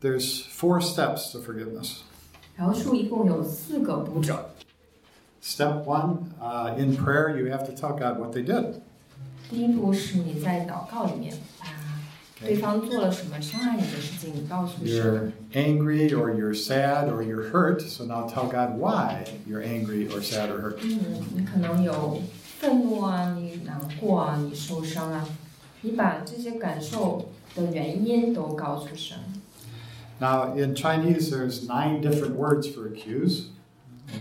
There's four steps to forgiveness. 饶恕一共有四个步骤。 Step one, uh, in prayer, you have to tell God what they did. 第一步是你在祷告里面把对方做了什么伤害你的事情，你告诉神。 You're angry or you're sad or you're hurt, so now tell God why you're angry or sad or hurt. 嗯，你可能有愤怒啊，你难过啊，你受伤啊，你把这些感受的原因都告诉神。 Now, in Chinese, there's nine different words for accuse.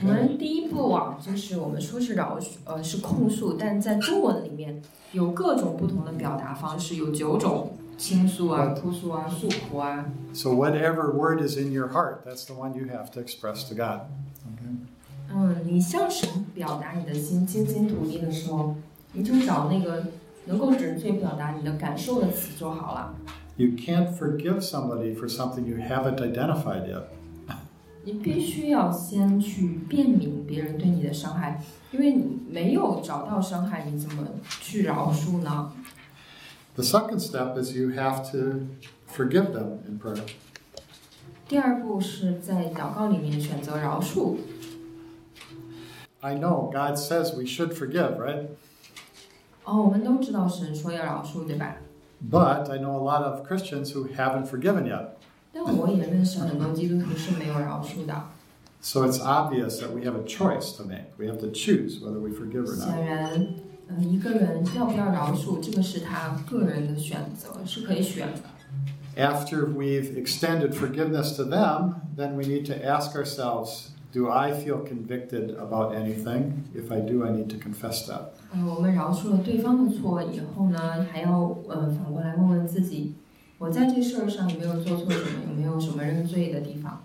我们第一步啊，就是我们说是饶恕，呃，是控诉，但在中文里面有各种不同的表达方式，有九种，倾诉啊、哭诉啊、诉苦啊。 So, whatever word is in your heart, that's the one you have to express to God. 嗯，你向神表达你的心，倾心吐意的时候，你就找那个能够准确表达你的感受的词就好了。 You can't forgive somebody for something you haven't identified yet. 你必须要先去辨明别人对你的伤害，因为你没有找到伤害，你怎么去饶恕呢？ The second step is you have to forgive them in prayer. 第二步是在祷告里面选择饶恕。 I know God says we should forgive, right? 哦，我们都知道神说要饶恕，对吧？ But I know a lot of Christians who haven't forgiven yet. 但我也认识很多基督徒是没有饶恕的。 So it's obvious that we have a choice to make. We have to choose whether we forgive or 显 not. 然，嗯、一个人要不要饶恕，这个是他个人的选择，是可以选的。 After we've extended forgiveness to them, then we need to ask ourselves do I feel convicted about anything? If I do, I need to confess that. 嗯、我们饶恕了对方的错以后呢，还要呃反过来问问自己，我在这事儿上有没有做错什么，有没有什么认罪的地方？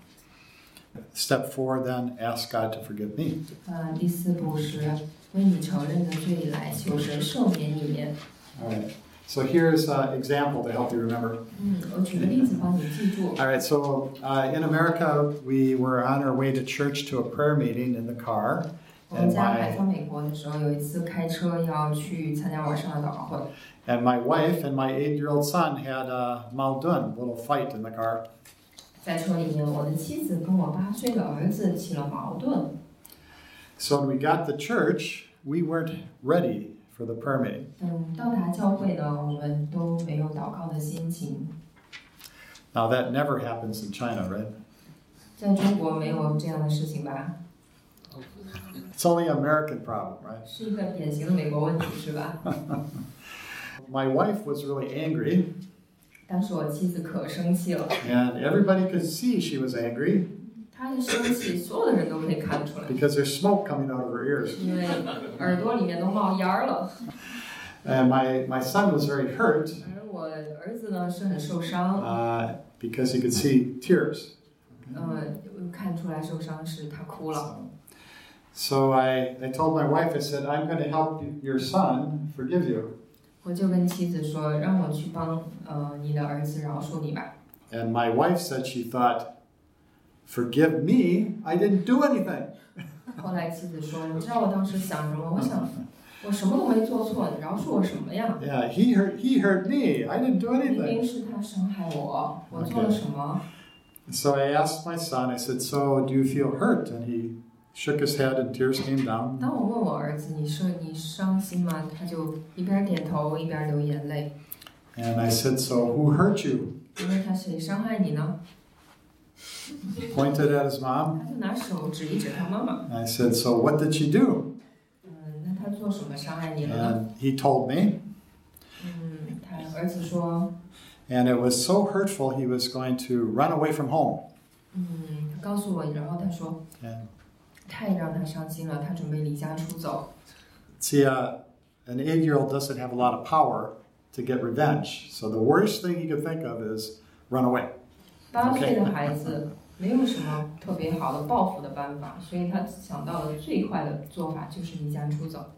Step four, then, ask God to forgive me. 呃，第四步是为你承认的罪来求神赦免你。 All right. So here's an example to help you remember. 嗯，我举个例子帮你记住。 All right, so uh, in America, we were on our way to church to a prayer meeting in the car, 我们 and 家还 my 在美国的时候，有一次开车要去参加晚上的祷告会， and my wife and my eight-year-old son had a Maldun little fight in the car. 在车里面，我的妻子跟我八岁的儿子起了矛盾。 So when we got to church, we weren't ready for the prayer meeting. 等嗯到达教会呢，我们都没有祷告的心情。 Now that never happens in China, right? 在中国没有这样的事情吧？ It's only an American problem, right? 是一个典型的美国问题，是吧？ My wife was really angry, 当时我妻子可生气了， and everybody could see she was angry 她的生气所有的人都可以看出来， because there's smoke coming out of her ears. 因为耳朵里面都冒烟儿了。 And my, my son was very hurt 而我儿子呢是很受伤， uh, because he could see tears. 嗯，看出来受伤是他哭了。 So I, I told my wife, I said, I'm going to help y- your son forgive you. 我就跟妻子说，让我去帮呃你的儿子饶恕你吧。 And my wife said she thought, Forgive me, I didn't do anything. 后来妻子说，你知道我当时想什么？我想我什么都没做错，你饶恕我什么呀？ Yeah, he hurt, he hurt me, I didn't do 明 anything. 明是他伤害我，我做了什么？ So I asked my son, I said, So do you feel hurt? And he shook his head and tears came down. 当我问我儿子，你说你伤心吗？他就一边点头一边流眼泪， And I said, So who hurt you? 因为他谁伤害你呢？ Pointed at his mom. 他就拿手指一指他妈妈。 And I said, So what did she do? 嗯，那他做什么伤害你了呢？ And he told me. 嗯，他儿子说， And it was so hurtful, he was going to run away from home. 嗯，他告诉我，然后他说， And 太让他伤心了，他准备离家出走。 See, uh, an eight year old doesn't have a lot of power to get revenge. So the worst thing he could think of is run away. 八岁的孩子没有什么特别好的报复的办法，所以他想到的最快的做法就是离家出走。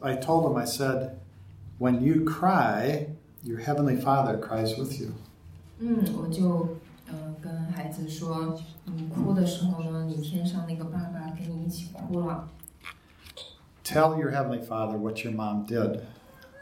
I told him, I said, when you cry, your heavenly father cries with you. 嗯，我就呃跟孩子说，你哭的时候呢，你天上那个爸爸跟你一起哭了。 Tell your heavenly father what your mom did.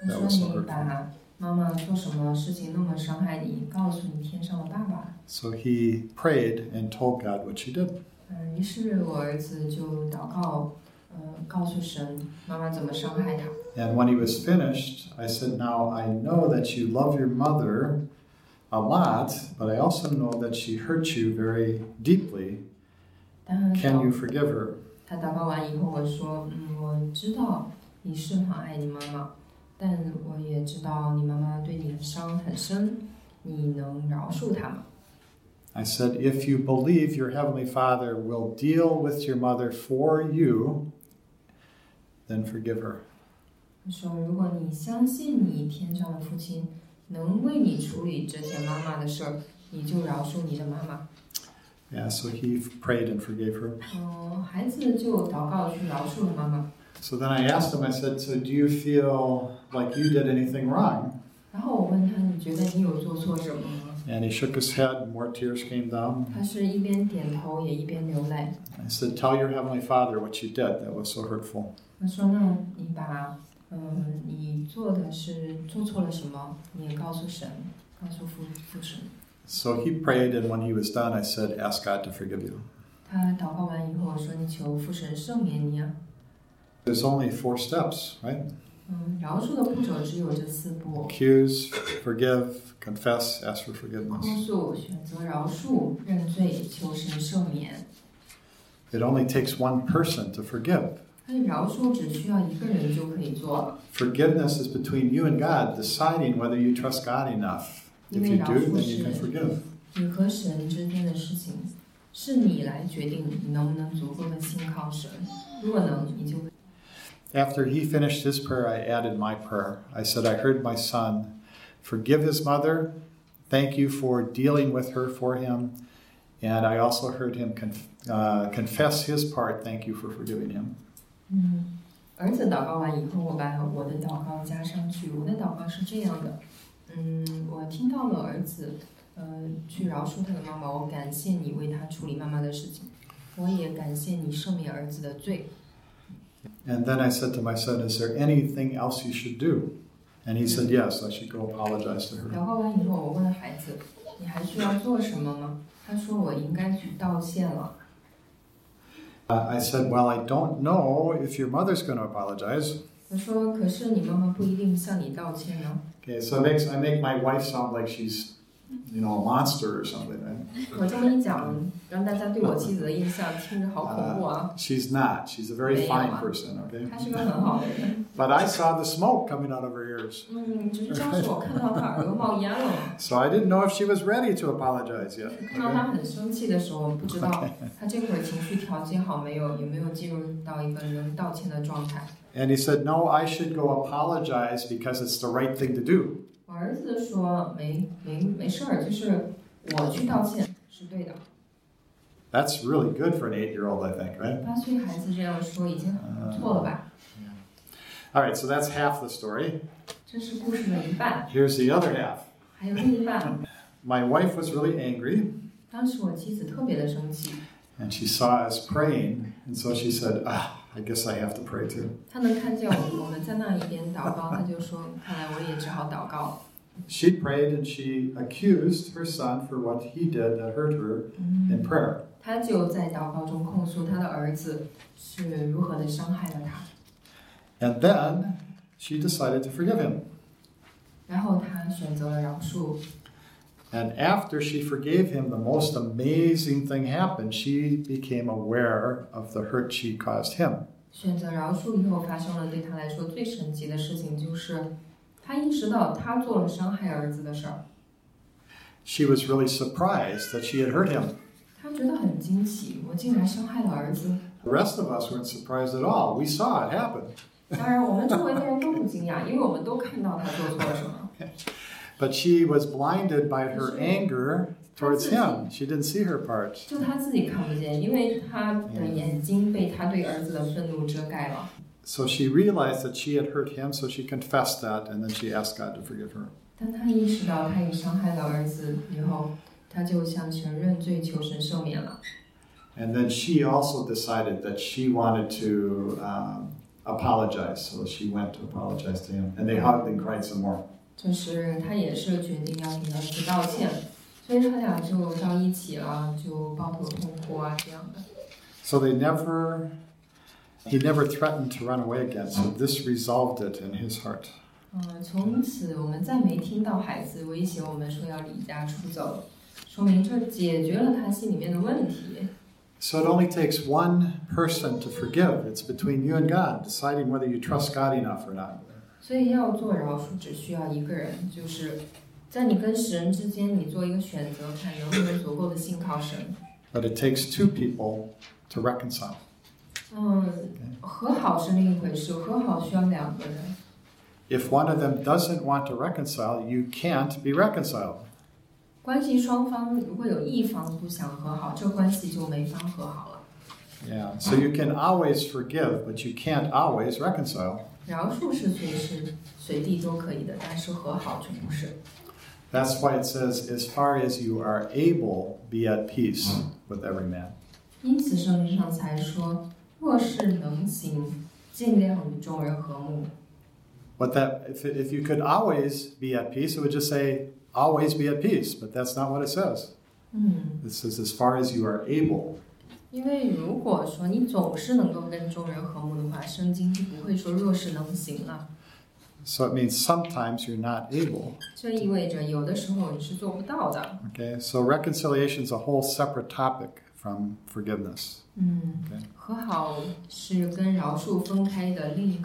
他说你把妈妈做什么事情那么伤害你？告诉你天上的爸爸。 So he prayed and told God what she did. 嗯，于是我儿子就祷告，呃，告诉神妈妈怎么伤害他。 And when he was finished, I said, Now I know that you love your mother a lot, but I also know that she hurt you very deeply. 但 Can you forgive her? 他祷告完以后，我说，嗯，我知道你是很爱你妈妈，但我也知道你妈妈对你的伤很深，你能饶恕她吗？ I said, If you believe your Heavenly Father will deal with your mother for you, then forgive her. 他说，如果你相信你天上的父亲能为你处理这些妈妈的事儿，你就饶恕你的妈妈。 Yeah, so he prayed and forgave her. 嗯，孩子就祷告去饶恕了妈妈。 So then I asked him, I said, So do you feel like you did anything wrong? 然后我问他，你觉得你有做错什么吗？ And he shook his head, more tears came down. 他是一边点头也一边流泪。 I said, Tell your Heavenly Father what you did. That was so hurtful. 他说：“那你把，嗯，你做的是做错了什么？你也告诉神，告诉父父神。 So he prayed, and when he was done, I said, Ask God to forgive you. 他祷告完以后说：‘你求父神赦免你啊。 There's only four steps, right? ’嗯，饶恕的步骤只有这四步： Accuse, forgive, confess, ask for forgiveness. 控诉、选择饶恕、认罪、求神赦免。 It only takes one person to forgive. 但是饶恕只需要一个人就可以做了， Forgiveness is between you and God, deciding whether you trust God enough. If you do, then you can forgive. 你和神之间的事情是你来决定你能不能足够的信靠神。如果能，你就 After he finished his prayer, I added my prayer. I said, I heard my son. Forgive his mother. Thank you for dealing with her for him. And I also heard him conf- uh, confess his part. Thank you for forgiving him. 嗯，儿子祷告完以后，我把我的祷告加上去。我的祷告是这样的，嗯，我听到了儿子，呃，去饶恕他的妈妈，我感谢你为他处理妈妈的事情，我也感谢你赦免儿子的罪。 And then I said to my son, Is there anything else you should do? And he said, Yes, I should go apologize to her. 祷告完以后，我问孩子，你还需要做什么吗？他说我应该去道歉了。 Uh, I said, Well, I don't know if your mother's going to apologize. 我说可是你妈妈不一定向你道歉呢。 Okay, so it makes, I make my wife sound like she's, you know, a monster or something, right? 我这么一讲，让大家对我妻子的印象听着好恐怖啊！ She's not. She's a very Yeah. fine person, okay? 她是个很好的人。 But I saw the smoke coming out of her ears. 嗯，只是当时我看到他耳朵冒烟了嘛， So I didn't know if she was ready to apologize yet. 看到 Okay? 他很生气的时候，我不知道他这会儿情绪调节好没有，有没有进入到一个能道歉的状态。 And he said, No, I should go apologize because it's the right thing to do. 我儿子说没没没事儿，就是我去道歉是对的。 That's really good for an eight year old, I think, right? 八岁孩子这样说已经很不错了吧？ All right, so that's half the story. 这是故事的一半， Here's the other half. 还有另一半。 My wife was really angry, 当时我妻子特别的生气， and she saw us praying, and so she said, Ah, I guess I have to pray too. 她能看见我我们在那一边祷告，她就说：“看来我也只好祷告了。” She prayed and she accused her son for what he did that hurt her in prayer. 他就在祷告中控诉他的儿子是如何的伤害了他， And then she decided to forgive him. 然后他选择了饶恕。 And after she forgave him, the most amazing thing happened. She became aware of the hurt she caused him. 选择饶恕以后，发生了对他来说最神奇的事情，就是他意识到他做了伤害儿子的事儿， She was really surprised that she had hurt him. 他觉得很惊奇，我竟然伤害了儿子。 The rest of us weren't surprised at all. We saw it happen. 当然，我们周围的人都不惊讶，因为我们都看到他做错了什么。 But she was blinded by her anger towards him. She didn't see her part. 就他自己看不见，因为他的眼睛被他对儿子的愤怒遮盖了。 So she realized that she had hurt him, so she confessed that, and then she asked God to forgive her. 当他意识到他也伤害了儿子以后，他就向神认罪，求神赦免了。 And then she also decided that she wanted to um, apologize, so she went to apologize to him, and they hugged and cried some more. 就是他也是决定要给儿子道歉，所以他俩就到一起了，就抱头痛哭啊这样的。 So they never, he never threatened to run away again. So this resolved it in his heart. 嗯，从此我们再没听到孩子威胁我们说要离家出走，说明这解决了他心里面的问题。 So it only takes one person to forgive. It's between you and God, deciding whether you trust God enough or not. 所以要做饶恕，只需要一个人，就是在你跟神之间，你做一个选择，看能不能足够的信靠神。 But it takes two people to reconcile. 嗯，和好是另一回事，和好需要两个人。 If one of them doesn't want to reconcile, you can't be reconciled. 关系双方如果有一方不想和好，这关系就没法和好了。 Yeah. So you can always forgive, but you can't always reconcile. 饶恕是随时随地都可以的，但是和好却不是。 That's why it says, as far as you are able, be at peace with every man. 因此圣经上才说，若是能行，尽量与众人和睦。 But that if, if you could always be at peace, it would just say always be at peace. But that's not what it says. 嗯， It says as far as you are able. 因为如果说你总是能够跟众人和睦的话，圣经就不会说若是能行了。 So it means sometimes you're not able. 这意味着有的时候你是做不到的。 Okay. So reconciliation is a whole separate topic from forgiveness. 嗯 Okay.，和好是跟饶恕分开的另一个